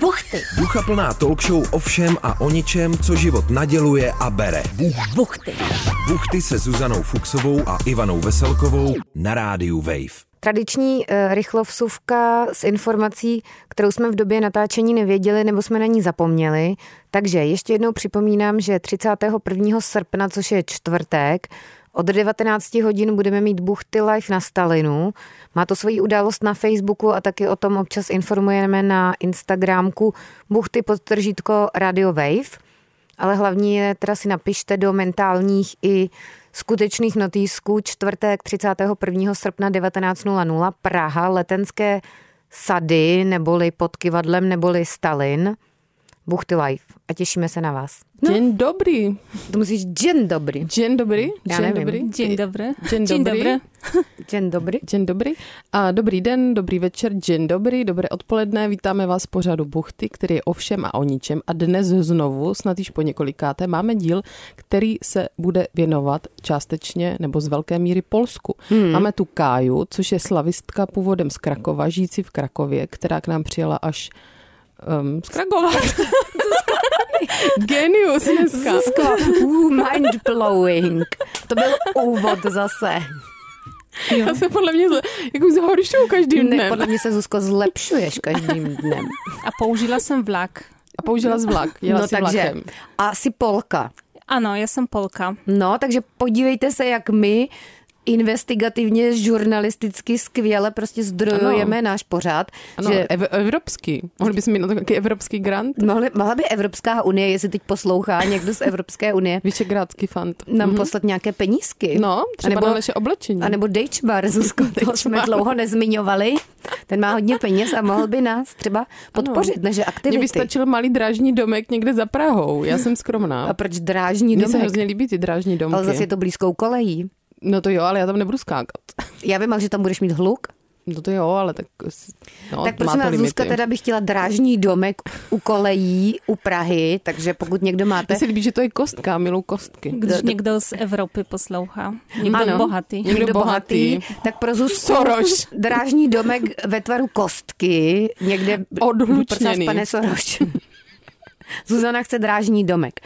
Buchty. Ducha plná talk show o všem a o ničem, co život naděluje a bere. Buchty. Buchty se Zuzanou Fuxovou a Ivanou Veselkovou na rádiu Wave. Tradiční eh, rychlovsuvka s informací, kterou jsme v době natáčení nevěděli nebo jsme na ní zapomněli. Takže ještě jednou připomínám, že 31. srpna, což je čtvrtek, od 19 hodin budeme mít Buchty Live na Stalinu. Má to svoji událost na Facebooku a taky o tom občas informujeme na Instagramku Buchty podtržítko Radio Wave. Ale hlavní je, teda si napište do mentálních i skutečných notýsků čtvrtek 31. srpna 19.00 Praha, letenské sady, neboli pod kivadlem, neboli Stalin. Buchty live a těšíme se na vás. No. Dzień dobry. To musíš džen dobrý. Dzień dobry. Já Dzień nevím. dobry. Dzień dobry. Y, Dzień dobry. Džen dobrý. Dzień dobry. A dobrý den, dobrý večer, dzień dobry, dobré odpoledne. Vítáme vás v pořadu Buchty, který je o všem a o ničem. A dnes znovu, snad již po několikáté, máme díl, který se bude věnovat částečně nebo z velké míry Polsku. Hmm. Máme tu Káju, což je slavistka původem z Krakova, žijící v Krakově, která k nám přijela až um, z Krakova. Genius dneska. Zuzko, uh, mind blowing. To byl úvod zase. Já se podle mě zle- jako zhoršuju každým Ne, dnem. podle mě se Zuzko zlepšuješ každým dnem. A použila jsem vlak. A použila z vlak, jela no si takže, vlakem. a jsi Polka. Ano, já jsem Polka. No, takže podívejte se, jak my investigativně, žurnalisticky skvěle prostě zdrojujeme ano. náš pořád, Ano, ano. že ev- evropský. Mohli bychom mít na to taky evropský grant? mohli, mohla by Evropská unie, jestli teď poslouchá někdo z Evropské unie, Vyšegrádský fund. nám poslat nějaké penízky. Mhm. No, třeba Anebo- nebo, na naše oblečení. A nebo Dejčbar, Zuzko, to jsme dlouho nezmiňovali. Ten má hodně peněz a mohl by nás třeba podpořit, naše Mně by aktivity. stačil malý drážní domek někde za Prahou. Já jsem A skromná. proč drážní Mně se domek? hrozně líbí ty drážní domky. Ale zase je to blízkou kolejí. No to jo, ale já tam nebudu skákat. Já vím, ale že tam budeš mít hluk. No to jo, ale tak... s- No, tak má prosím to vás, limity. Zuzka teda by chtěla drážní domek u kolejí, u Prahy, takže pokud někdo máte... Mně se líbí, že to je kostka, milou kostky. Když To- to- někdo z Evropy poslouchá. Někdo Ano. bohatý. Někdo bohatý. tak pro Zuzku Soroš. drážní domek ve tvaru kostky, někde... Odhlučněný. Prosím vás, pane Soroš. Zuzana chce drážní domek.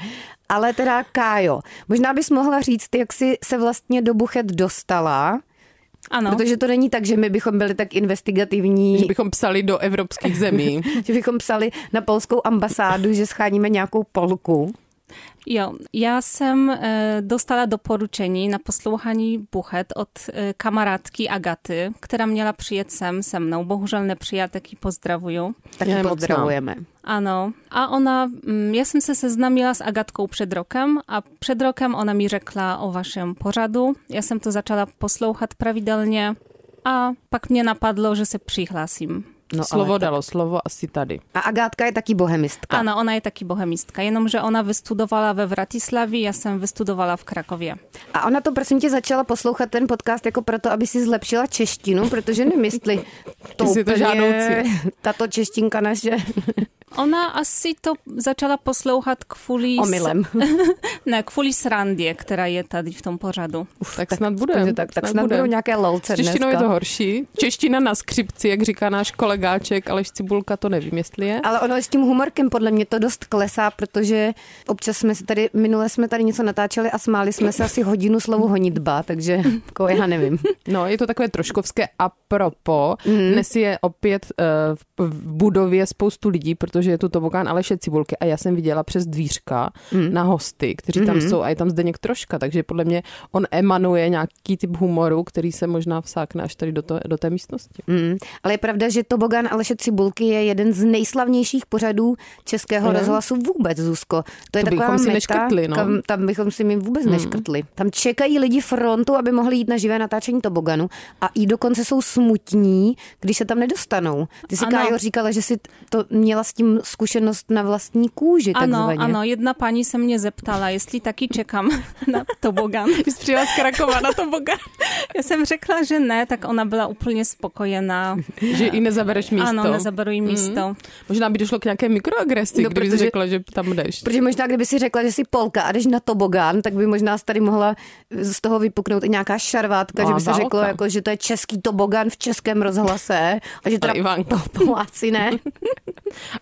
Ale teda Kájo, možná bys mohla říct, jak jsi se vlastně do Buchet dostala, Ano. protože to není tak, že my bychom byli tak investigativní. No. Že bychom psali do evropských zemí. že bychom psali na polskou ambasádu, že scháníme nějakou polku. Jo, já jsem e, dostala doporučení na poslouchání Buchet od e, kamarádki Agaty, která měla přijet sem se mnou. Bohužel nepřijela, taky pozdravuju. Tak Je no. ji mocná. pozdravujeme. No, Ano. A ona, mm, ja jsem se seznamila s Agatką przed rokiem, a przed rokiem ona mi rzekła o waszym poradu. Ja jsem to zaczęła poslouchat pravidelnie, a pak mnie napadlo, że se přihlasím. No, slovo ale to- dalo slovo asi tady. A Agátka je taky bohemistka. Ano, ona je taky bohemistka, jenomže ona vystudowała we Wratislavi, ja jsem vystudowała w Krakowie. A ona to prosím tě začala poslouchat ten podcast jako proto, aby si zlepšila češtinu, protože nemyslí to Jestli je to úplně žádoucí. tato češtinka naše Ona asi to zaczęła poslouchat kvůli... s- omylem. Ne, kvůli srandě, která je tady v tom pořadu. Uf, tak, snad Takže bude. tak, tak snad budou nějaké S lolce češtinou dneska. je to horší. Čeština na skřipci, jak říká náš kolegáček Aleš Cibulka, to nevím, jestli je. Ale ono s tím humorkem podle mě to dost klesá, protože občas jsme si tady, minule jsme tady něco natáčeli a smáli jsme se asi hodinu slovu honitba, takže jako já nevím. No, je to takové troškovské a propo. Mm. Dnes je opět eh, v- v budově spoustu lidí, protože je tu tobogán Aleše Cibulky a já jsem viděla přes dvířka mm. na hosty, kteří mm. tam jsou a je tam Zdeněk Troška, takže podle mě on emanuje nějaký typ humoru, který se možná vsákne až tady do, to, do té místnosti. Mm. Ale je pravda, že Tobogán Aleše Cibulky je jeden z nejslavnějších pořadů českého Je? rozhlasu vůbec, Zuzko. To je To taková bychom si meta, neškrtli, no. kam, tam bychom si mi vůbec mm. neškrtli. Tam čekají lidi frontu, aby mohli jít na živé natáčení Toboganu a i dokonce jsou smutní, když se tam nedostanou. Ty si Ano. Kájo říkala, že jsi to měla s tím zkušenost na vlastní kůži Ano, takzvaně. ano, jedna pani se mě zeptala, jestli taky čekam na tobogan. Jsi přijela z Krakova na tobogán. Já jsem řekla, že ne, tak ona byla úplně spokojená. že i nezabereš místo. Ano, nezaberu jí místo. Mm. Možná by došlo k nějaké No, mikroagresi, no, kdyby protože- protože... řekla, že tam jdeš. Protože možná, kdyby si řekla, že jsi Polka a jdeš na tobogán, tak by možná tady mohla z toho vypuknout i nějaká šarvátka, No že a by se válka. řeklo, jako, že to je český tobogán v českém rozhlase a že Ale teda Ivanko. Poláci ne.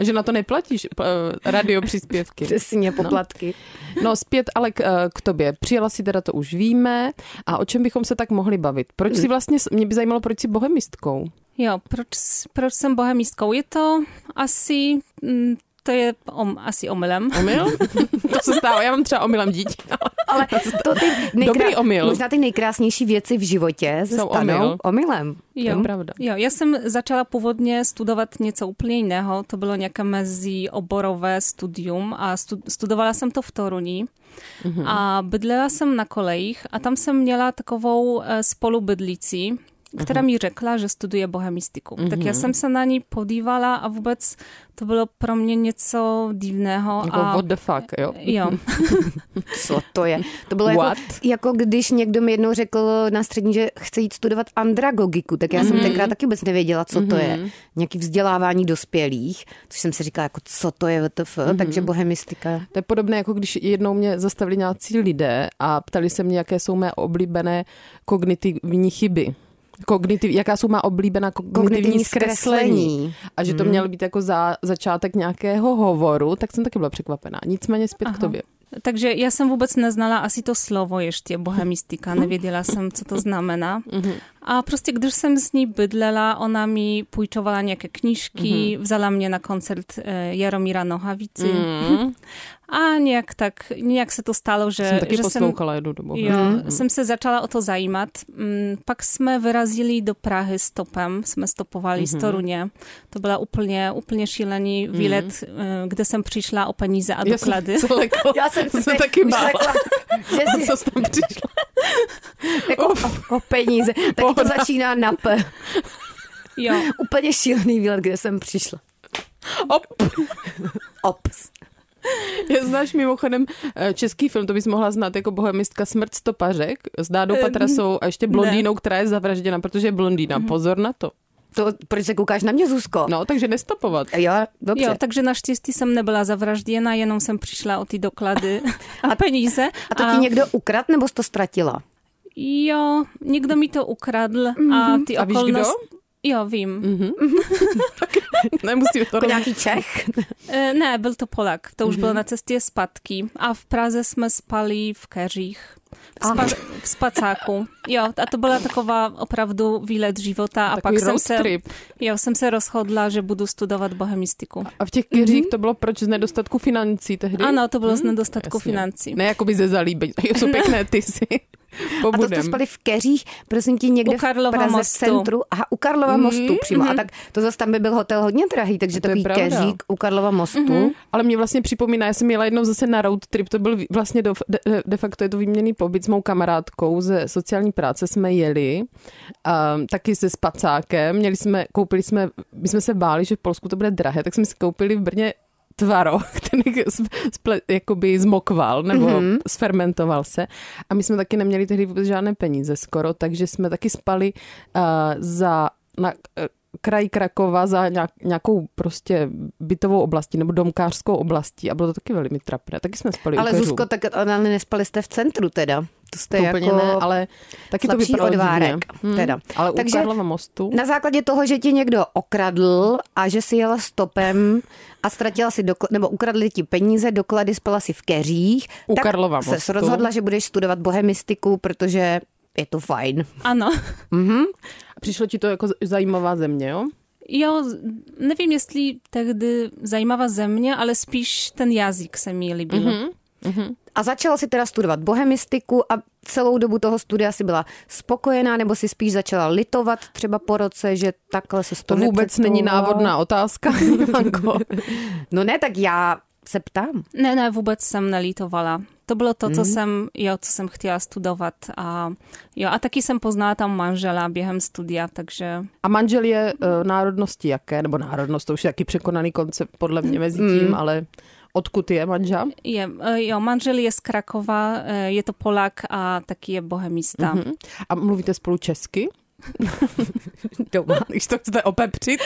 A že na na to neplatíš eh, radiopříspěvky. Přesně, poplatky. No zpět ale k, eh, k tobě. Přijela si teda, to už víme. A o čem bychom se tak mohli bavit? Proč si vlastně, mě by zajímalo, proč si bohemistkou? Jo, proč, proč jsem bohemistkou? Je to asi, mm, to je om, asi omylem. Omyl? to se stává, já mám třeba omylem dítě. Ale to ty Dobrý omyl. možná ty nejkrásnější věci v životě se Jsou stanou omyl. omylem. Jo. je pravda. Jo, ja som začala pôvodne studovať nieco úplne iného. To bolo nejaké medzioborové studium a stu- studovala som to v Toruni. Mm-hmm. A bydlela som na kolejích a tam som miała takovou e, spolubydlici, która mi rzekła, że studuje bohemistyku. Tak ja som sa na ní podívala a vôbec to bolo pro mňa nieco divného. Jako a... what the fuck, jo? Jo, Co to je? To bylo What? jako, jako, když někdo mi jednou řekl na střední, že chce jít studovat andragogiku, tak já jsem tenkrát taky vůbec nevěděla, co to je. Nějaký vzdělávání dospělých, což jsem si říkala, jako co to je VTF, takže bohemistika. To je podobné, jako když jednou mě zastavili nějací lidé a ptali se mě, jaké jsou mé oblíbené kognitivní chyby. Kognitiv, jaká jsou má oblíbená kognitivní, Kognitivní zkreslení. Mhm. zkreslení. A že to měl být jako za, začátek nějakého hovoru, tak jsem taky byla překvapená. Nicméně zpět Aha. k tobě. takže ja som vôbec neznala asi to slovo ešte, bohemistika. Mhm. Nevedela som, co to znamená. A prostě, gdyż jsem z niej bydlela, ona mi pójczowała niejakie kniżki, Mhm. wzala mnie na koncert e, Jaromira Nochawicy. A niejak tak, niejak se to stalo, že, Mhm. Jsem taky že jsem, poslouchala Mhm. jednu dobu. no. jo, jsem se začala o to zajímat. Mm, Pak jsme vyrazili do Prahy stopem, jsme Mhm. stopovali z Torunie. To byla úplně, úplně šílený výlet, e, kde jsem přišla o peníze a Já jsem doklady. celeko, Já jsem se taky bála, že co jsi tam přišla. jako o, o peníze. Tak to Pohoda. začíná na P. Jo, Úplně šílený výlet, kde jsem přišla. Op. Ops. Je, znáš mimochodem eh, český film, to bys mohla znát jako bohemistka Smrt stopařek s Dádou Eh, Patrasou a ještě blondýnou, která je zavražděna, protože je blondýna. Mhm. Pozor na to. To, proč se koukáš na mě, Zuzko? No, takže nestopovat. Jo, dobře. jo, takže naštěstí jsem nebyla zavražděna, jenom jsem přišla o ty doklady a peníze. A to ti někdo ukradl, nebo jsi to ztratila? Jo, někdo mi to ukradl a ty Mhm. A víš, okolnosti... Jo, vím. Mhm. Nemusíme to Jako roz... nějaký Čech? E, Ne, byl to Polak. To už Mhm. bylo na cestě zpátky. A v Praze jsme spali v keřích. V, spa, v spacáku. Jo, a to byla taková opravdu výlet života. A Takový pak jsem road se, trip. jo, jsem se rozhodla, že budu studovat bohemistiku. A v těch keřích to bylo proč z nedostatku financí tehdy? Mhm. Ano, to bylo z nedostatku Mhm. Jasně. financí. Ne, jakoby ze zalíbení. Jo, jsou pěkné ty si. A to jste Pobudem. spali v Keřích, prosím tě, někde U Karlova v Praze v mostu. centru. Aha, u Karlova mostu přímo. A tak to zase tam by byl hotel hodně drahý, takže Mhm, To takový je pravda. Keřík u Karlova mostu. Ale mě vlastně připomíná, já jsem jela jednou zase na road trip, to byl vlastně do, de, de facto je to výměný pobyt s mou kamarádkou ze sociální práce, jsme jeli um, taky se spacákem, měli jsme, koupili jsme, my jsme se báli, že v Polsku to bude drahé, tak jsme si koupili v Brně tvaroh, ten z- sple, jakoby zmokval nebo Mhm. mm-hmm. sfermentoval se. A my jsme taky neměli tehdy vůbec žádné peníze skoro, takže jsme taky spali uh, za na eh, kraj Krakova za nějak, nějakou prostě bytovou oblastí nebo domkářskou oblastí a bylo to taky velmi trapné. Taky jsme spali u Ale keřů. Zuzko, tak ale nespali jste v centru teda. To jste to jako úplně ne, ale taky to slabší vypadalo odvárek. divně. Hmm. Teda. Ale Takže u Karlova mostu Na základě toho, že tě někdo okradl a že si jela stopem a ztratila si, dokl- nebo ukradli ti peníze, doklady, spala si v keřích, U tak Karlova se mostu. rozhodla, že budeš studovat bohemistiku, protože je to fajn. Ano. přišlo ti to jako z- zajímavá země, jo? Jo, nie wiem, jeśli wtedy zajmowała ze mnie, ale spisz ten jazyk se mi lubił. A začala si teda studovat bohemistiku a celou dobu toho studia si byla spokojená, nebo si spíš začala litovat třeba po roce, že takhle se To vůbec není návodná otázka, Ivanko. No ne, tak já se ptám. Ne, ne, vůbec jsem nelitovala. To bylo to, co jsem, jo, co jsem chtěla studovat. A, jo, a taky jsem poznala tam manžela během studia, takže A manžel je eh, národnosti jaké? Nebo národnost, to už je taky překonaný koncept podle mě mezi tím, mm. ale odkud je manžel? je, e, jo, manžel je z Krakowa, e, je to Polak a taky je bohemista. Hm? A mluvíte spolu česky? Doma. Když to chcete opepřit?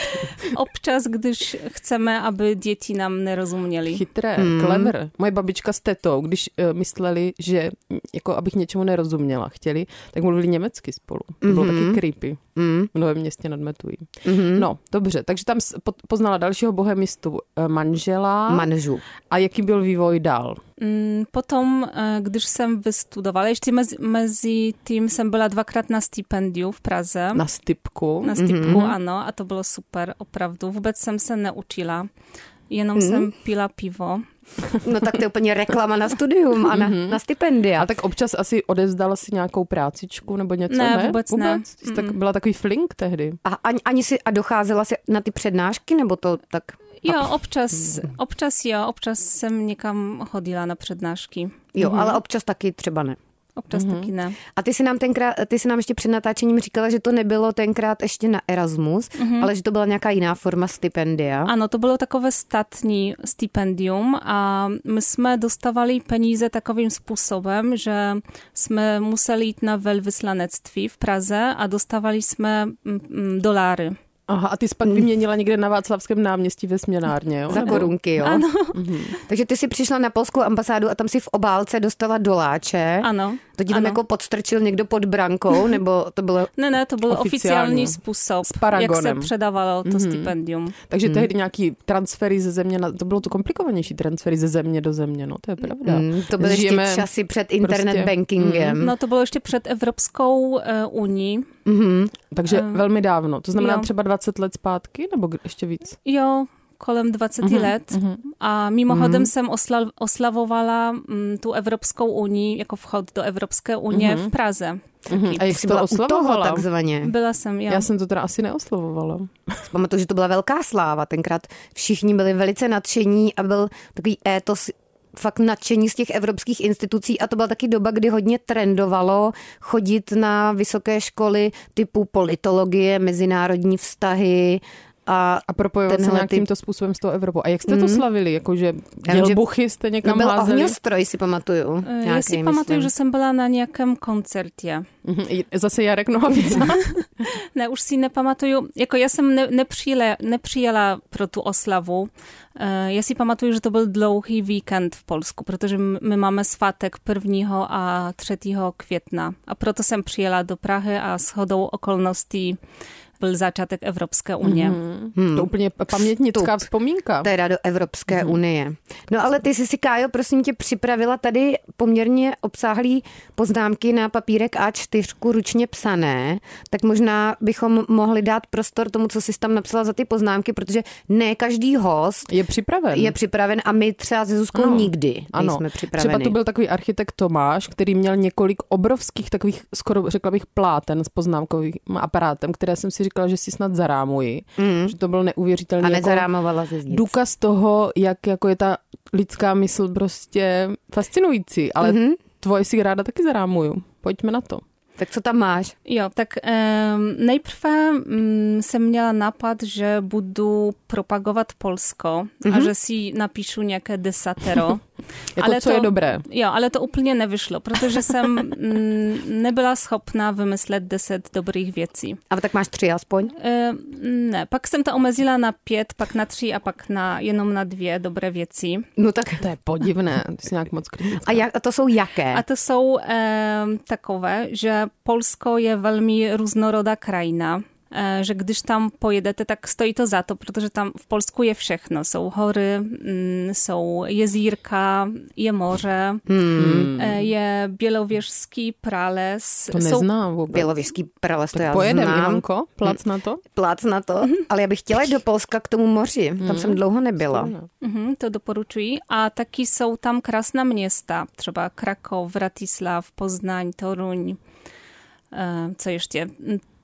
Občas, když chceme, aby děti nám nerozuměli. Chytré, mm. clever. Moje babička s tetou, když uh, mysleli, že mm, jako abych něčemu nerozuměla, chtěli, tak mluvili německy spolu. To bylo taky creepy. Mm. v Novém městě nad Metují. Mm-hmm. No, dobře, takže tam s- po- poznala dalšího bohemistu eh, manžela. Manžu. a jaký byl vývoj dál? Mm, Potom, e, gdyż jsem vystudovala, ještě mezi, mezi tím jsem byla dvakrát na stypendiu v Praze. Na stypku. na stypku, ano, a to bylo super, opravdu. Vůbec jsem se neučila, jenom jsem pila pivo. No tak to je úplně reklama na studium a na, na stipendia. Mhm. A tak občas asi odevzdala si nějakou prácičku nebo něco? Ne, ne? vůbec ne. vůbec? Jsi Tak, byla takový flink tehdy. A ani, ani si, a docházela si na ty přednášky, nebo to tak? Jo, občas, občas jo, občas jsem někam chodila na přednášky. Jo, Mhm. ale občas taky třeba ne. Občas taky ne. A ty si nám tenkrát, ty si nám ještě před natáčením říkala, že to nebylo tenkrát ještě na Erasmus, Mhm. ale že to byla nějaká jiná forma stipendia. Ano, no to bylo takové statní stypendium a my jsme dostawali pieniądze takim sposobem, że jsme musieli jít na velvyslanectví v Praze a dostawaliśmy E, mm, dolary. Aha, a ty jsi pak vyměnila někde na Václavském náměstí ve směnárně, jo? Za Nebo- korunky, jo. Ano. Takže ty si přišla na polskou ambasádu a tam si v obálce dostala doláče. Ano. To ti tam ano. jako podstrčil někdo pod brankou, nebo to bylo... Ne, ne, to byl oficjalny Oficjalnie. sposób, Z jak paragonem. Mhm. se przedawało to stypendium. Takže tehdy nějaký transfery ze země, na, to bylo to komplikovanější, transfery ze země do země, no to je pravda. Mm, to byly ještě Žijeme- časy před internet prostě- bankingem. Mhm. No to było jeszcze przed Evropską e, Unii. Takže velmi dávno, to znamená Eh, jo. třeba 20 let zpátky, nebo k- ještě víc? Jo, kolem 20 Mhm, lat. A mimochodem jsem osla- oslavovala mm, tu Evropskou unii jako vchod do Evropské unie Mhm. v Praze. Hm, A jak Jsi jsi byla to u toho oslavovala? takzvaně. Byla jsem, jo. Já jsem to teda asi neoslovovala. Pamatuju, že to byla velká sláva. Tenkrát všichni byli velice nadšení a byl takový étos fakt nadšení z těch evropských institucí a to byla taky doba, kdy hodně trendovalo chodit na vysoké školy typu politologie, mezinárodní vztahy a A propojovat se Tenhle nějakým typ- to způsobem s tou Evropou. A jak jste to slavili? Jakože vím, že- dělbuchy jste no někam byl házeli? ohňostroj, si Eh, pamatuju. E, Nějaký, Já si pamatuju, myslím. že jsem byla na nějakém koncertě. Mhm. I Zase Jarek Nohavica. Ne, už si nepamatuju, jako já jsem ne, nepřijela, nepřijela pro tu oslavu. E, Já si pamatuju, že to byl dlouhý víkend v Polsku, protože m- my máme svatek 1. a 3. května. A proto jsem přijela do Prahy a shodou okolností byl začátek Evropské unie. To úplně pa- pamětnická Hmm. Vstup. vzpomínka. Teda do Evropské Mhm. unie. No ale ty jsi si, Kájo, prosím tě, připravila tady poměrně obsáhlý poznámky na papírek A4 ručně psané, tak možná bychom mohli dát prostor tomu, co jsi tam napsala za ty poznámky, protože ne každý host Je připraven. je připraven a my třeba se Zuzkou Ano. nikdy No, Ano, nejsme připraveni. třeba to byl takový architekt Tomáš, který měl několik obrovských takových, skoro řekla bych, pláten s poznámkovým aparátem, které jsem si říkala, že si snad zarámuji, mm. že to byl neuvěřitelný Hmm. a jako nezarámovala se z nic. důkaz toho, jak jako je ta lidská mysl prostě fascinující, ale Mhm. mm-hmm. tvoje si ráda taky zarámuju. Pojďme na to. Tak co tam máš? Jo, tak em, najpierw em, jsem měla napad, že budu propagovat Polsko a že si napíšu nějaké desatero. Jako co je dobré. Jo, ale to úplně nevyšlo, protože jsem mm, nebyla schopna vymyslet 10 dobrých věcí. A tak máš tři aspoň? E, ne, pak jsem to omezila na pět, pak na tři a pak na jenom na dvě dobré věci. No tak To je podivné, ty jsi nějak moc kritická. a, jak, a to jsou jaké? A to jsou e, takové, že Polsko je velmi různorodá krajina. e, Że gdyż tam pojedete, tak stoi to za to, protože tam w Polsku je všechno. Są hory, mm, są jezírka, je morze, e, je bělověžský prales. To Są neznám vůbec. Bělověžský prales, to Tak já pojedem, znám. Ivanko, plac na to. plác na to, ale já bych chtěla jít do Polska k tomu moři. Tam jsem dlouho nebyla. Mhm, to doporučuji. A taky jsou tam krásná města, třeba Krakow, Vratislav, Poznań, Toruń, e, co ještě?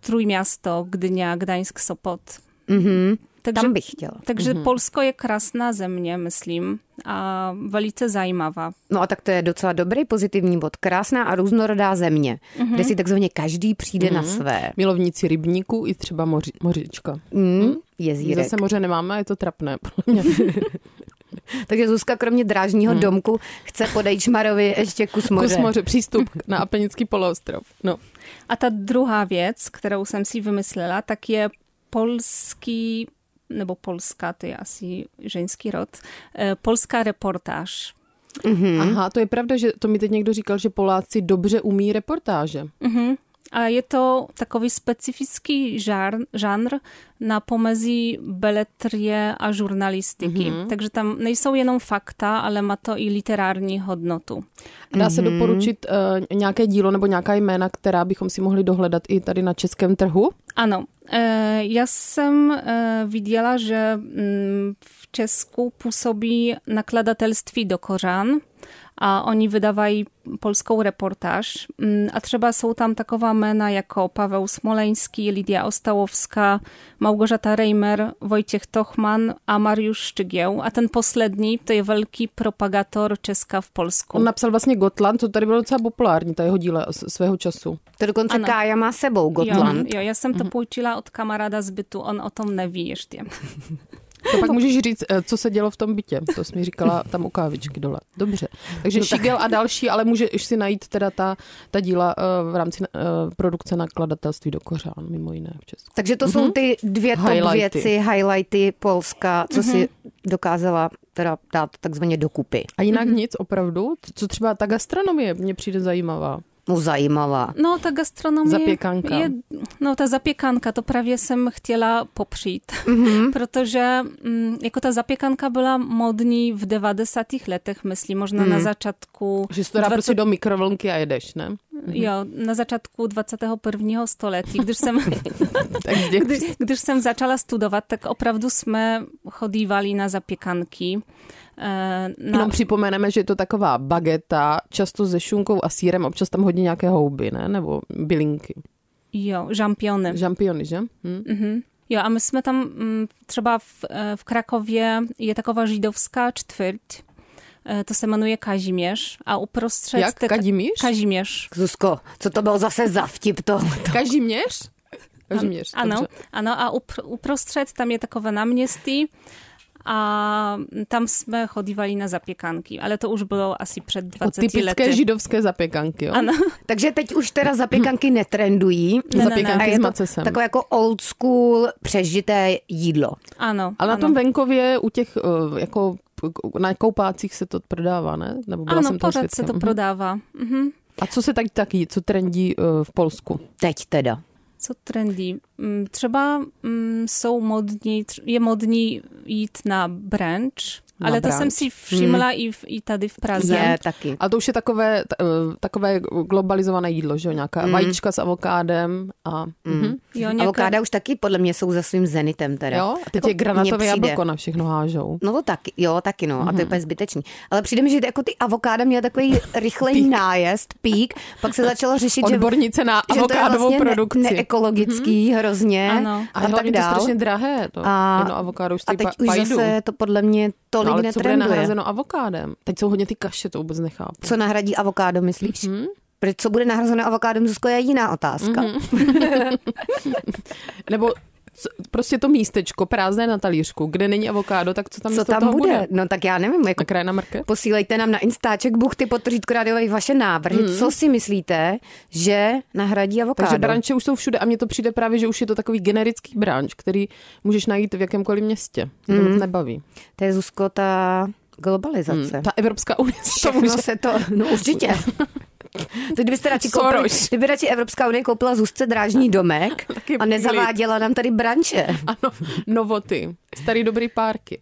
Trójmiasto, Gdynia, Gdańsk, Sopot. Takže, Tam bych chtěla. takže Polsko je krásná země, myslím, a velice zajímavá. No a tak to je docela dobrý pozitivní bod. Krásná a různorodá země, kde si takzvaně každý přijde na své. Milovníci rybníků i třeba moři, mořička. Mm, jezírek. Zase moře nemáme, je to trapné. podle mě. Takže Zuzka kromě drážního domku chce podejít Šmarovi ještě kus moře. Kus moře, přístup na Apenický poloostrov. No. A ta druhá věc, kterou jsem si vymyslela, tak je polský, nebo no polska, to je asi ženský rod, e, polská reportáž. Aha, to je pravda, že to mi teď někdo říkal, že Poláci dobře umí reportáže. Mhm. a je to takový specyfický żar, żanr na pomezji beletrie a żurnalistyki. Także tam nie są jeną fakta, ale ma to i literární hodnotu. Dá se doporučit eh, nějaké dílo nebo nějaká jména, která bychom si mohli dohledat i tady na českém trhu? Ano, e, ja sam e, widziała, że mm, w Czesku působí nakladatelství do Korzan a oni wydawali polską reportaż, Mm, a trzeba są tam takowa mena jako Paweł Smoleński, Lidia Ostałowska, Małgorzata Reimer, Wojciech Tochman, a Mariusz Szczygieł, a ten posledni to jest wielki propagator Czeska w Polsku. On napsal vlastně Gotland, to tady bylo docela populární, ta jeho díla s- svého času. To dokonce Ano. Kája má sebou Gotland. Jo, jo, ja sam to půjčila od kamarada z bytu, on o tom neví ještě. To pak můžeš říct, eh, co se dělo v tom bytě. To jsi mi říkala tam u kávičky dole. Dobře. Takže no Šigel a další, ale můžeš si najít teda ta, ta díla eh, v rámci eh, produkce nakladatelství do Kořán, mimo jiné v Česku. Takže to jsou ty dvě top Highlighty. věci, highlighty Polska, co si dokázala teda dát takzvaně dokupy. A jinak nic, opravdu? Co třeba ta gastronomie mě přijde zajímavá. No zajímavá. No, ta gastronomia. Zapiekanka. Je, no, ta zapiekanka to prawie sem chciała poprzeć, Mhm. protože mm, jako ta zapiekanka była modni w 90 letech, myśli, można na zaczatku Mhm. Že se to dá prostě do mikrovlnky a jedeš, ne? jo, na zaczatku 21. stoletia, gdyż sem Tak s dětmi. gdyż, gdyż sem zaczęła studować, tak opravdu sme chodiwali na zapiekanki. e, Na, Jenom připomeneme, že je to taková bageta, často se šunkou a sírem, občas tam hodně nějaké houby, ne? Nebo bylinky. jo, žampiony. Žampiony, že? Hm? Mhm. Jo, a my jsme tam mm, třeba w, e, w Krakowie je taková židowska čtvrť, e, to se jmenuje Kazimierz, a uprostřed... Jak? te- Kazimierz? Kazimierz. Zuzko, co to bylo zase za vtip to? Kažimíř? Kažimíř, Ano, ano, a upr- uprostřed tam je takové náměstí a tam jsme chodívali na zapiekanky, ale to už bylo asi před 20 Typické lety. židovské zapěkanky, jo? Ano. Takže teď už teda zapěkanky netrendují. ne, ne. Zapěkanky A s je to macesem. takové jako old school přežité jídlo. Ano, Ale na ano. tom venkově u těch, eh, jako na koupácích se to prodává, ne? Nebo byla ano, jsem toho pořád se svědkem. to Mhm. prodává. Mhm. A co se tak taky, co trendí eh, v Polsku? Teď teda. Co trendy? Mm, Třeba mm, jsou modní, tr- je modní jít na branch, Na ale to branch. jsem si všimla Mm. i, v, i tady Tak, v Praze. Je taky. A to už je takové, t- eh, takové globalizované jídlo, že jo? Nějaká Mhm. vajíčka s avokádem a... Mhm. Jo, Nějaká... nějaká- Avokáda už taky podle mě jsou za svým zenitem teda. Jo? A teď Jako je granatové mně přijde. jablko Mhm. na všechno hážou. No to taky, jo, taky no. A to je úplně zbytečný. Ale přijde mi, že jako ty avokáda měla takový rychlej nájezd, pík, pak se začalo řešit, že, Odbornice na že to je avokádovou vlastně produkci. Mhm. ne- neekologický hrozně Ano. a, a, hlavně tak to je dál. strašně drahé, to A- jedno avokádo už A stojí teď pa- už pajdu. zase to podle mě tolik No, ale co bude netrenduje. nahrazeno avokádem? Teď jsou hodně ty kaše, to vůbec nechápu. Co nahradí avokádo, myslíš? Mhm. Mm-hmm. Proč co bude nahrazeno avokádem, Zuzko, je jiná otázka. Mm-hmm. Nebo co, prostě to místečko prázdné na talířku, kde není avokádo, tak co tam Co místo tam toho bude? bude? No tak já nevím, jako Na kraj na mrkev? Posílejte nám na Instaček buchty potržítko radiovej vaše návrhy. Mm. Co si myslíte, že nahradí avokádo? Mhm. Takže branče už jsou všude a mně to přijde právě, že už je to takový generický branč, který můžeš najít v jakémkoliv městě. To mm. nebaví. Mm. To je Zuzko ta globalizace. Hmm, Ta Evropská unie to Všechno může. se to, no určitě. To kdybyste radši koupili, Soros. kdyby radši Evropská unie koupila Zuzce drážní domek Taky a nezaváděla nám tady branče. Ano, novoty. Starý dobrý párky.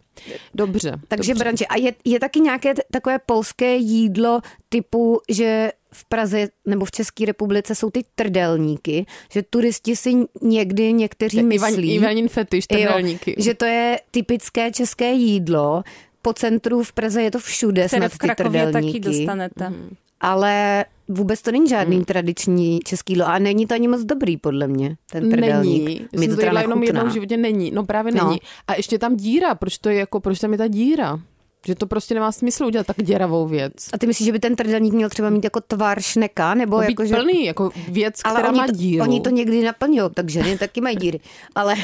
Dobře. Takže dobře. branče. A je, je taky nějaké t- takové polské jídlo typu, že v Praze nebo v České republice jsou ty trdelníky, že turisti si někdy někteří Ivan, myslí, Ivanin fetiš, jo, trdelníky. že to je typické české jídlo. Po centru v Praze je to všude Které snad v ty Krakowie taki trdelníky. dostanete. Mm. Ale vůbec to není žádný hmm. tradiční český jídlo a není to ani moc dobrý, podle mě, ten trdelník. Není. Mi Jsem to to teda jedla jenom jednou nechutná. v životě, není. No právě No. není. A ještě tam díra, proč to je jako, proč tam je ta díra? Že to prostě nemá smysl udělat tak děravou věc. A ty myslíš, že by ten trdelník měl třeba mít jako tvar šneka? Nebo Být jako, že... plný, jako věc, Ale která oni má to, díru. oni to někdy naplňují, takže ženy taky mají díry. Ale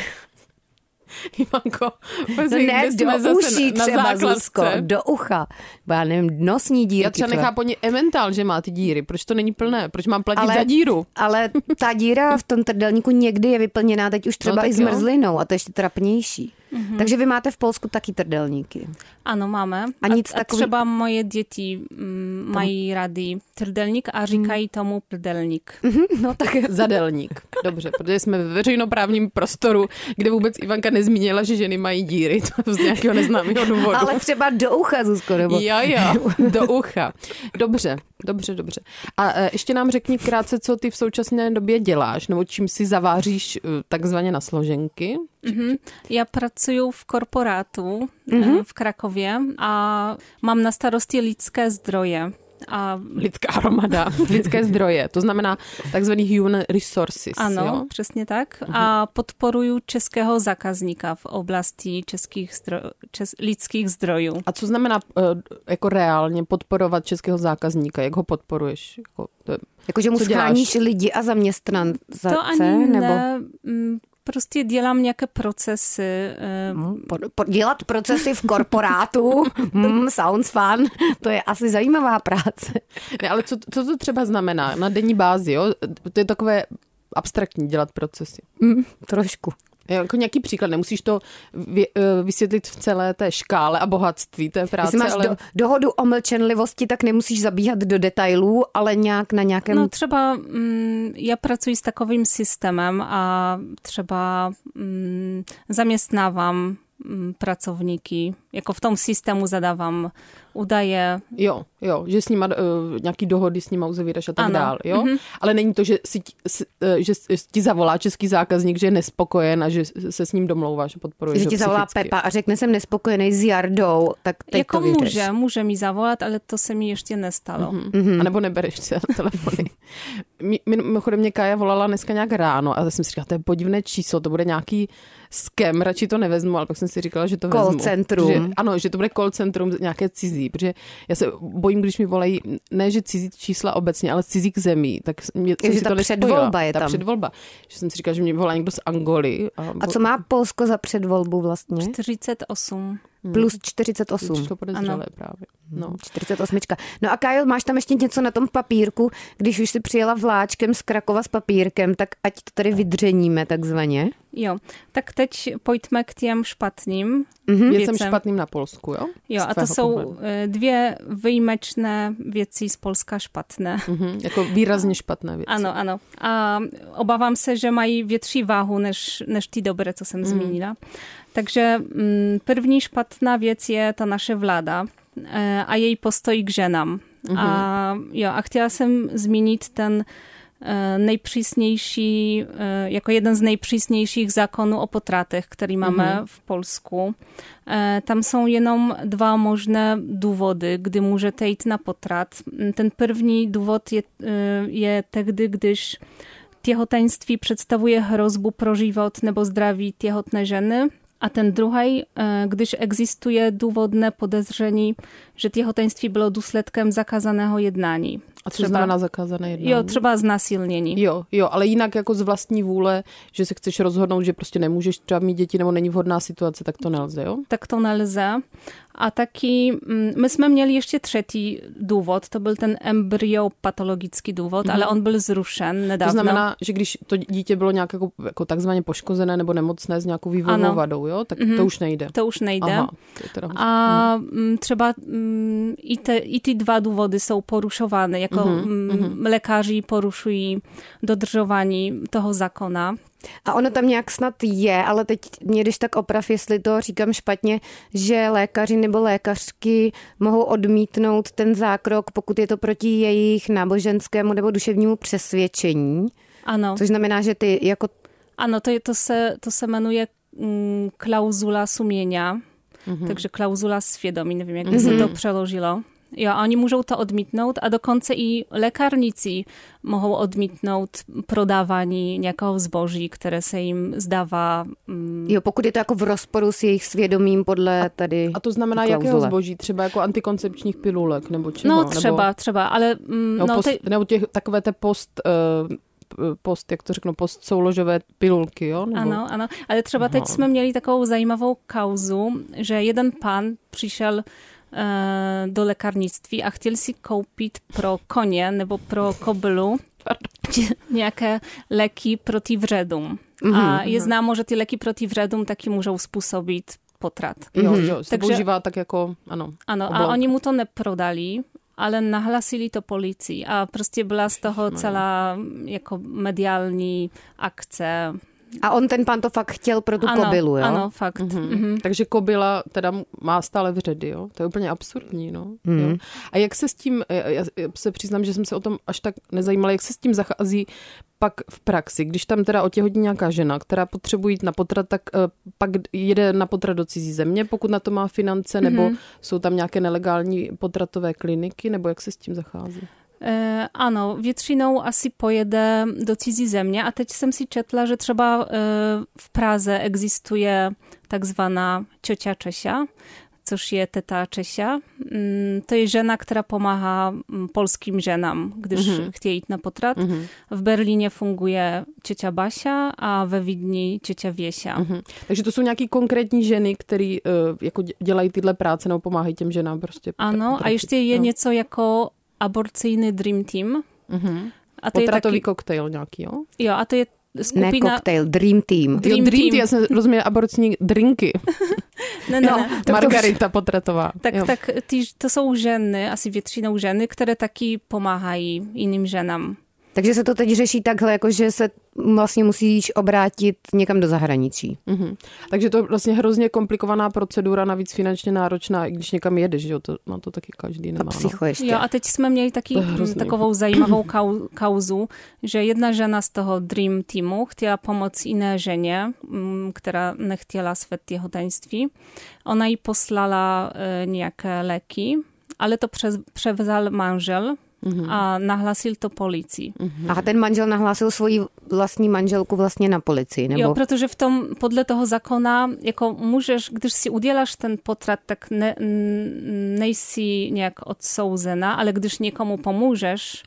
Ivanko, no pozri, ne, kde jsme do jako, prostě zase uší na třeba, základce. Zuzko, do ucha. Bo Já nevím, nosní díry. Já třeba nechápu ani Emmental, že má ty díry. Proč to není plné? Proč mám platit ale, za díru? ale ta díra v tom trdelníku někdy je vyplněná teď už třeba No, tak i jo. Mhm. zmrzlinou a to je ještě trapnější. Takže vy máte v Polsku taky trdelníky. Ano, máme. A nic no, a takový- třeba moje dzieci mm, mají rady trdelník a Mm. říkají tomu prdelník. No tak Zadelník. Dobře, protože jsme ve veřejnoprávním prostoru, kde vůbec Ivanka nezmínila, že ženy mají díry. To z nějakého neznámého důvodu. ale třeba do ucha, Zuzko, nebo... Jo, jo, do ucha. Dobře, dobře, dobře. A e, ještě nám řekni krátce, co ty v současné době děláš, nebo čím si zaváříš e, takzvaně na složenky. Ja pracuję w korporatu e, Mhm. w Krakowie, a mam na starości lidzkie zdroje. A Lidská hromada, lidské zdroje, to znamená takzvaný human resources. Ano, Jo? přesně tak. A podporuju českého zakazníka v oblasti českých zdro... čes... lidských zdrojů. A co znamená e, jako reálně podporovat českého zákazníka? Jak ho podporuješ? Jako, to je- Jakože mu Co děláš? scháníš lidi a zaměstnance, To ani nebo... ne, mm, prostě dělám nějaké procesy. e, Po, po, hm, dělat procesy v korporátu, mm, sounds fun, to je asi zajímavá práce. Ne, ale co, co to třeba znamená na denní bázi? Jo? To je takové abstraktní dělat procesy. Mm, trošku. Jako nějaký příklad, nemusíš to vy, eh, vysvětlit v celé té škále a bohatství té práce, Jestli máš ale do, dohodu o mlčenlivosti, tak nemusíš zabíhat do detailů, ale nějak na nějakém... No třeba, mm, ja pracuję z takowym systemem, a trzeba mm, zamiestnawam mm, pracowniki, jako w tom systemu zadawam, udaję, jo, jo, že s nima, eh, nějaký dohody s nima uzavíráš a tak Ano, dál, jo? Mhm. Ale není to, že si, ti- s, eh, že s- ti zavolá český zákazník, že je nespokojen a že se s ním domlouváš a podporuješ Že ho ti zavolá psychicky. Pepa a řekne, jsem nespokojený s Jardou, tak teď jako to vyjdeš. muže, muže mi zawołać, ale to se mi jeszcze nie stało. Mhm. Mm-hmm. A nebo nebereš si telefony. Mi- mi- Mimochodem mě Kaja volala dneska nějak ráno a já jsem si říkala, to je podivné číslo, to bude nějaký skem, radši to nevezmu, ale pak jsem si říkala, že to Call vezmu. centrum. Že, ano, že to bude call centrum nějaké cizí, protože já se bojím, když mi volají, ne že cizí čísla obecně, ale z cizích zemí, tak mě, jsem že si ta to nespojila. předvolba je ta tam. předvolba. Že jsem si říkala, že mě volá někdo z Angoly. A co má Polsko za předvolbu vlastně? 48. Plus 48. Přišlo podezřelé právě. No. 48. No a Kyle, máš tam ještě něco na tom papírku, když už si přijela vláčkem z Krakova s papírkem, tak ať to tady vydřeníme takzvaně. Jo, tak teď pojďme k těm špatným Mhm. Věcem věcem. špatným na Polsku, jo? Jo, Z a to tvého jsou pohledu. e, dvě výjimečné věci z Polska špatné. Mhm, jako výrazně špatné věci. Ano, ano. A obávám se, že mají větší váhu než, než ty dobré, co Mm. jsem zmínila. Takže mm, první špatná věc je ta naše vláda e, a jej postoj k ženám. A, Mhm. jo, a chtěla jsem zmínit ten e, nejpřísnější, e, jako jeden z nejpřísnějších zákonů o potratech, který mamy Mhm. w Polsku. E, Tam są jenom dwa możne dowody, gdy może iść na potrat. Mm, Ten pierwszy dowód je, e, je tedy, gdyż tiehotenství przedstawuje hrozbu prożywotnego zdraví tiehotné ženy, a ten drugi, e, gdyż egzistuje dowodne podejrzenie, że tiehotenství było důsledkem zakazaného jednání. A co znamená zakázané jednání? Jo, třeba znásilnění. Jo, jo, ale jinak jako z vlastní vůle, že se chceš rozhodnout, že prostě nemůžeš třeba mít děti nebo není vhodná situace, tak to nelze, jo? tak to nelze. A taki, mm, myśmy mieli jeszcze trzeci dowód, to był ten embryopatologiczny dowód, ale on był zruszony Mhm. To niedawno. znamená, že když to dítě bylo nějak jako, jako takzvaně poškozené nebo nemocné s nějakou vývojovou Ano. vadou, jo, tak to už nejde. To już nie idę. Aha, Mhm. to je teda... A mm, trzeba, mm, i te, i te dwa dowody są poruszowane, jako Mhm. mm, lekarze poruszują dodrżowanie tego zakona. A ono tam nějak snad je, ale teď mě když tak oprav, jestli to říkám špatně, že lékaři nebo lékařky mohou odmítnout ten zákrok, pokud je to proti jejich náboženskému nebo duševnímu přesvědčení. Ano, Což znamená, že ty jako ano no to, je- to, se, to se jmenuje mm, klauzula sumienia, także klauzula świadomi, nie wiem jak by się to przełożyło. Jo, a oni muszą to odmitnąć, a dokonce i lekarnicy mogą odmitnąć prodawanie nějakého zboží, které se jim zdává. mm, Jo, pokud je to jako v rozporu s jejich svědomím podle tady... a to znamená klauzule. jakého zboží? Třeba jako antikoncepčních pilulek nebo čeho? No nebo, třeba, třeba, ale mm, Nebo, no, post, te, nebo těch, takové té post, eh, post, jak to řeknu, post souložové pilulky, jo? Nebo, Ano, ano, ale třeba teď jsme měli takovou zajímavou kauzu, že jeden pan přišel e, do lekarnictví a chtěl si koupit pro koně nebo pro no koblu brać nějaké leky proti vredům. A je známo, že ty leky proti vredům taky můžou způsobit potrat. Jo, jo, se Takže- používá tak jako, ano. Ano, a obal. oni mu to neprodali, ale nahlasili to policji a prostě byla z toho celá jako mediální akce. A on ten pan to fakt chtěl pro tu ano, kobylu, jo? Ano, fakt. Mhm. Takže kobyla teda má stále vředy, jo? To je úplně absurdní, no. Mhm. Jo. A jak se s tím, já, já se přiznám, že jsem se o tom až tak nezajímala, jak se s tím zachází pak v praxi, když tam teda otěhodní nějaká žena, která potřebuje jít na potrat, tak eh, pak jede na potrat do cizí země, pokud na to má finance, nebo Mhm. jsou tam nějaké nelegální potratové kliniky, nebo jak se s tím zachází? E, ano, většinou asi pojedę do cizí země a teď jsem si četla, že třeba e, w Pradze egzistuje tak zwana ciocia Czesia, což je teta Czesia. Mm, To je žena, która pomaga mm, polskim ženám, gdyż Mhm. mm chce iść na potrat. W Berlinie funguje ciocia Basia, a we Widni ciocia Wiesia. Mhm. Tak Takže to jsou nějaký konkrétní ženy, které jako dě- dělají tyhle práce nebo pomáhají těm ženám prostě. Ano, a potratit, jeszcze je no. nieco jako aborcyjny Dream Team. A to je Mhm. taki, Potratový koktejl nějaký, jo? jo, a to je Ne skupina... koktejl, Dream Team. Dream Dream, dream Team. Team. já jsem rozuměla aborční drinky. Ne, ne, No. ne. Margarita potratová. Tak, jo. tak, ty, to są ženy, asi většinou ženy, které taky pomáhají jiným ženám. Takže se to teď řeší takhle, jako že se vlastně musíš obrátit někam do zahraničí. Mhm. Takže to je vlastně hrozně komplikovaná procedura, navíc finančně náročná, i když někam jedeš, že jo, to, na to taky každý nemá. No. Psycho ještě. Jo, a teď jsme měli taki, To je hrozný. takovou zajímavou kau, kauzu, že jedna žena z toho Dream Teamu chtěla pomoc jiné ženě, mm, která nechtěla své těhotenství. Ona jí poslala e, nějaké léky, ale to přes, převzal manžel a nahlasil to policii. A ten manžel nahlásil svoji vlastní manželku vlastně na policii, nebo... Jo, protože v tom, podle toho zakona, jako můžeš, když si uděláš ten potrat, tak ne, n- nejsi nějak odsouzena, ale když někomu pomůžeš,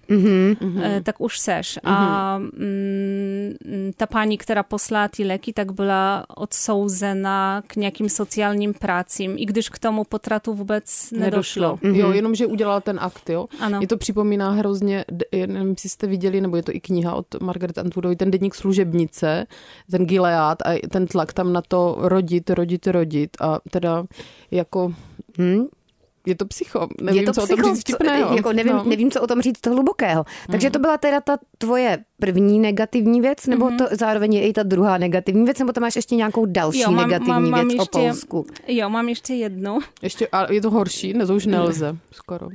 e, tak už seš. A mm, ta pani, která poslala ty léky, tak byla odsouzena k nějakým sociálním pracím i když k tomu potratu vůbec nedošlo. Nedošlo. Mhm. No. Jo, jenom, že udělala ten akt, jo. Ano. Mě to připomíná hrozně, d- je- nevím, jestli jste viděli, nebo je to i kniha od Margaret Atwoodovy, ten deník služebnice, ten Gilead a ten tlak tam na to rodit, rodit, rodit a teda jako... Hm? Je to psycho, nevím, co o tom říct co- vtipného. jako nevím, no. nevím, co o tom říct hlubokého. Takže to byla teda ta tvoje první negativní věc, nebo Mhm. to zároveň je i ta druhá negativní věc, nebo tam máš ještě nějakou další Jo, mám- negativní mám- mám věc ještě- o Polsku? Jo, mám ještě jednu. Ještě, a je to horší, ne, to už nelze skoro.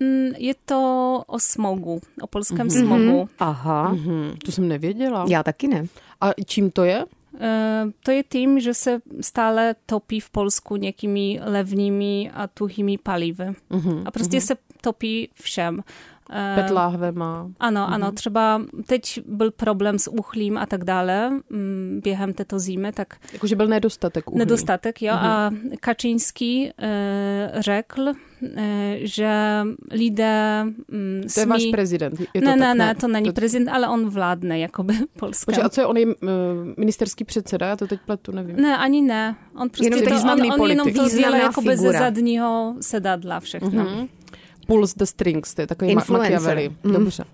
Mm, Je to o smogu, o polskim smogu. Aha, Hm, to jsem nevěděla. já taky ne. A čím to je? E, To je tím, že se stále topí v Polsku nějakými levnými a tuhými palivy. Mhm, A prostě se topí všem. E, Pet láhve má. Ano, ano, Mhm. třeba teď byl problém s uchlím a tak dále mm, během této zimy, tak Jakože byl nedostatek uhlí. Mhm. nedostatek, jo, a Kaczyński e, řekl, e, že lidé mm, To je váš smí... prezident. Je to ne, tak, ne, ne, to není To- prezident, ale on vládne jakoby Polskem. Počkej, a co je, on je eh, ministerský předseda? Já to teď pletu, nevím. Ne, ani ne. On prostě Jenom to, tak významný on, on jenom polityk. Mhm. to dělá Významná jakoby ze figura. zadního sedadla všechno. Pulse the strings, to je takový ma- Influencer. Machiavelli. Mhm. Dobře.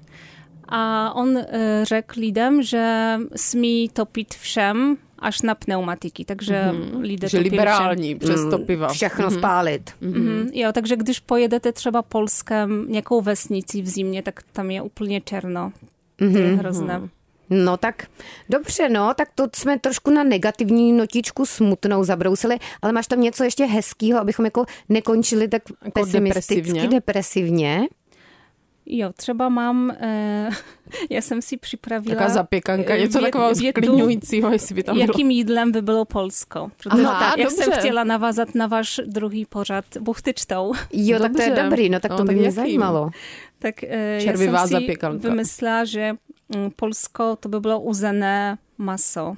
A on e, řekl lidem, že smí topit všem až na pneumatiky, takže lidé Že topí liberální, přes Mm. to piva. Mm, Všechno spálit. Všem. Mhm. Jo, takže když pojedete třeba Polskem nějakou vesnici v zimě, tak tam je úplně černo. Mhm. Mhm. To je Mhm. hrozné. No tak dobře, no, tak to jsme trošku na negativní notičku smutnou zabrousili, ale máš tam něco ještě hezkého, abychom jako nekončili tak pesimisticky, Jako depresivně. depresivně. depresivně. Jo, třeba mám, e, já jsem si připravila... Taká zapěkanka, něco vě- takového větu- sklidňujícího, jestli by tam bylo. Jakim jídlem by bylo Polsko? Protože Aha, tak, jak dobře. jsem chtěla navázat na váš druhý pořad buchtycztą, Jo, tak to Dobře. je dobrý, no tak No, no, to by tak mě jaký? zajímalo. tak e, ja Czerwiewała jsem si zapiekanka. vymyslela, že mm, Polsko to by bylo uzené maso,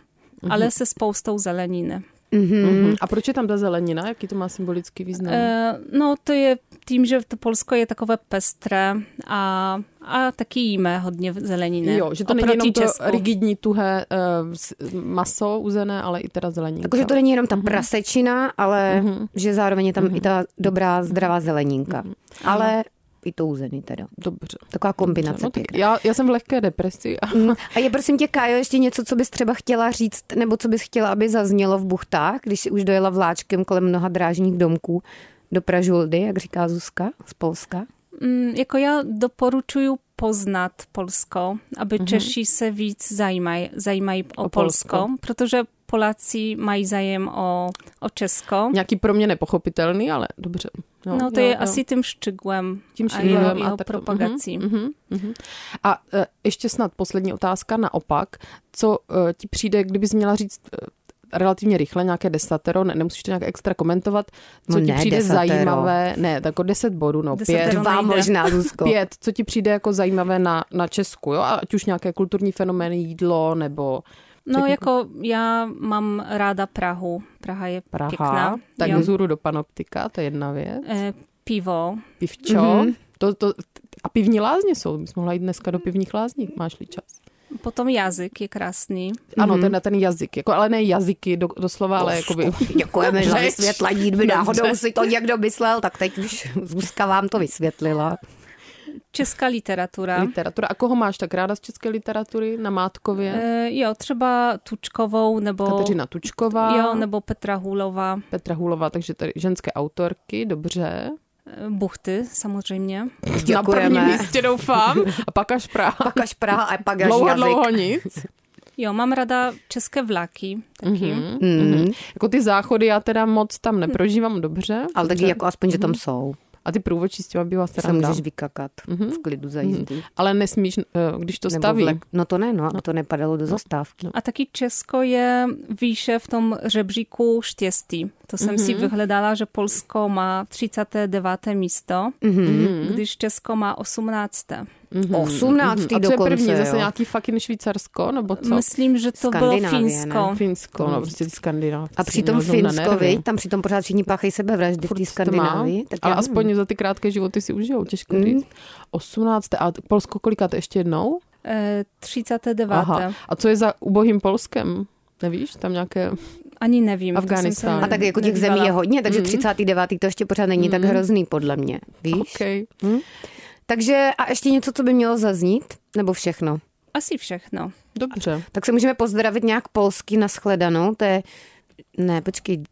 ale se spoustou zeleniny. Mhm. A proč je tam ta zelenina? Jaký to má symbolický význam? E, no to je tím, že to Polsko je takové pestré a, a taky jíme hodně zeleniny. jo, že to není Oproti jenom to Česku. rigidní, tuhé eh, s- maso uzené, ale i teda zeleninka. Jakože to není jenom Mhm. ta Mhm. prasečina, ale že zároveň je tam i ta dobrá, zdravá zeleninka. Ale i touzeny teda. Dobře. Taková kombinace. No, tak pěkná. já, já jsem v lehké depresi a No. Mm. A je prosím tě, Kájo, ještě něco, co bys třeba chtěla říct, nebo co bys chtěla, aby zaznělo v buchtách, když si už dojela vláčkem kolem mnoha drážních domků do Pražuldy, jak říká Zuzka z Polska. Mm, Jako ja doporučuję poznać Polsko, aby Czesi se víc zajmaj, zajmaj o, Mhm. O Polsko. Polsko, protože Polacy mají zájem o, o Česko. nějaký pro mě nepochopitelný, ale dobře. No, to jo, je jo. asi tym szczegółem, tím a jeho, šílem jeho tak- propagací. Mhm, mhm, mhm. A e, ještě snad poslední otázka naopak. Co e, ti přijde, kdybys měla říct e, relativně rychle nějaké desatero, ne, nemusíš to nějak extra komentovat, co No ti ne, přijde desatero. zajímavé, ne, tak jako 10 bodů, no Desatero pět, To Dva nejde. možná, Zuzko. pět, co ti přijde jako zajímavé na, na Česku, jo? A Ať už nějaké kulturní fenomény, jídlo, nebo No, jako ja mam rada Prahu. Praha je Praha, piękna. tak Jo. vzhůru do panoptika, to je jedna věc. E, piwo. Eh, Pivčo, mhm. to, to, a pivní lázně jsou, bys mohla jít dneska do pivních lázní, máš-li čas. Potom jazyk je krásny. Ano, Mhm. ten, ten jazyk, jako, ale ne jazyky do, doslova, ale jakoby... Děkujeme za Řeč. vysvětlení, kdyby Dobře. náhodou si to někdo myslel, tak teď už Zuzka vám to vysvětlila. Česká literatura. Literatura. A koho máš tak ráda z české literatury na Eh, Mátkově? E, jo, třeba Tučkovou nebo... no. Kateřina Tučková, Jo, nebo Petra Hulova. Petra Hulová, takže tady ženské autorky, dobře. E, Buchty, samozřejmě. Na prvním Děkujeme. místě doufám. A pak až Praha. Pak až Praha a pak až dlouho, jazyk. dlouho nic. Jo, mám rada české vlaky. Taky. Mhm. Mhm. Jako ty záchody já teda moc Hm. tam neprožívám dobře. Ale taky Dobře. Mhm. jako aspoň, že tam jsou. A ty průvodčí s těma bývá Se sranda. můžeš vykakat. V klidu za jízdy. Ale nesmíš, eh, když to Nebo Mhm. staví. vle- No to ne, no, aby to nepadalo do zastávky. A taky Česko je výše v tom žebříku štěstí. To jsem Mhm. si vyhledala, že Polsko má 39. místo, Mhm. když Česko má 18. Mm-hmm. 18. Mhm, A co je dokonce, první? jo. Zase nějaký fucking Švýcarsko? Nebo co? Myslím, že to bylo Skandinávie, ne? Finsko. Finsko, no prostě Skandinávci. A přitom no, jsou na Finsko, nervy. viď, tam přitom pořád všichni páchají sebevraždy v té Furt to má, Skandinávii. Tak Ale já nevím. Mm. aspoň za ty krátké životy si užijou, těžko říct. 18. A Polsko kolikáte ještě jednou? E, 39. A co je za ubohým Polskem? Nevíš, tam nějaké... Ani nevím. to jsem se Afghánistán. A tak jako těch zemí nedívala. je hodně, takže Mhm. 39. to ještě pořád není tak hrozný, podle mě. Víš? Okay. Takže a ještě něco, co by mělo zaznít? Nebo všechno? Asi všechno. Dobře. Tak se můžeme pozdravit nějak polsky naschledanou, to je... Ne, počkej,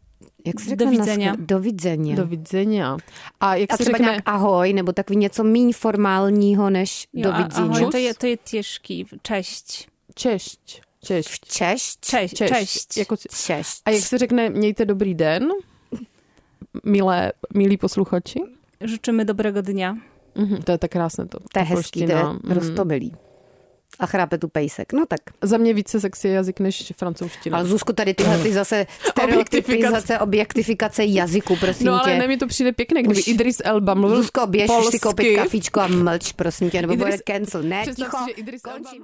jak se řekne? Do vidzenia. naschle- Do vidzenia. Do vidzenia. A jak a se třeba řekne... nějak ahoj, nebo takový něco míň formálního než Jo, do a- vidzenia. Ahoj, to je, to je těžký. Cześć. Češť. Češť. Češť? Cześć. Češť. Cześć. Jako... Češť. A jak se řekne, mějte dobrý den, milé, milí posluchači? Życzymy dobrego dnia. Mhm, to je tak krásné to. To ta je hezký, to polština. je prostě- Mhm. roztomilý. A chrápe tu pejsek. No tak. Za mě více sexy je jazyk než francouzština. Ale Zuzku, tady tyhle ty zase stereotypizace, objektifikace jazyku, prosím No ale tě. ne, mi to přijde pěkné, kdyby Už- Idris Elba mluvil Zuzko, běž polsky. si koupit kafíčko a mlč, prosím tě, nebo bude Idris- cancel. Ne, Představ ticho, si, že Idris Elba končím.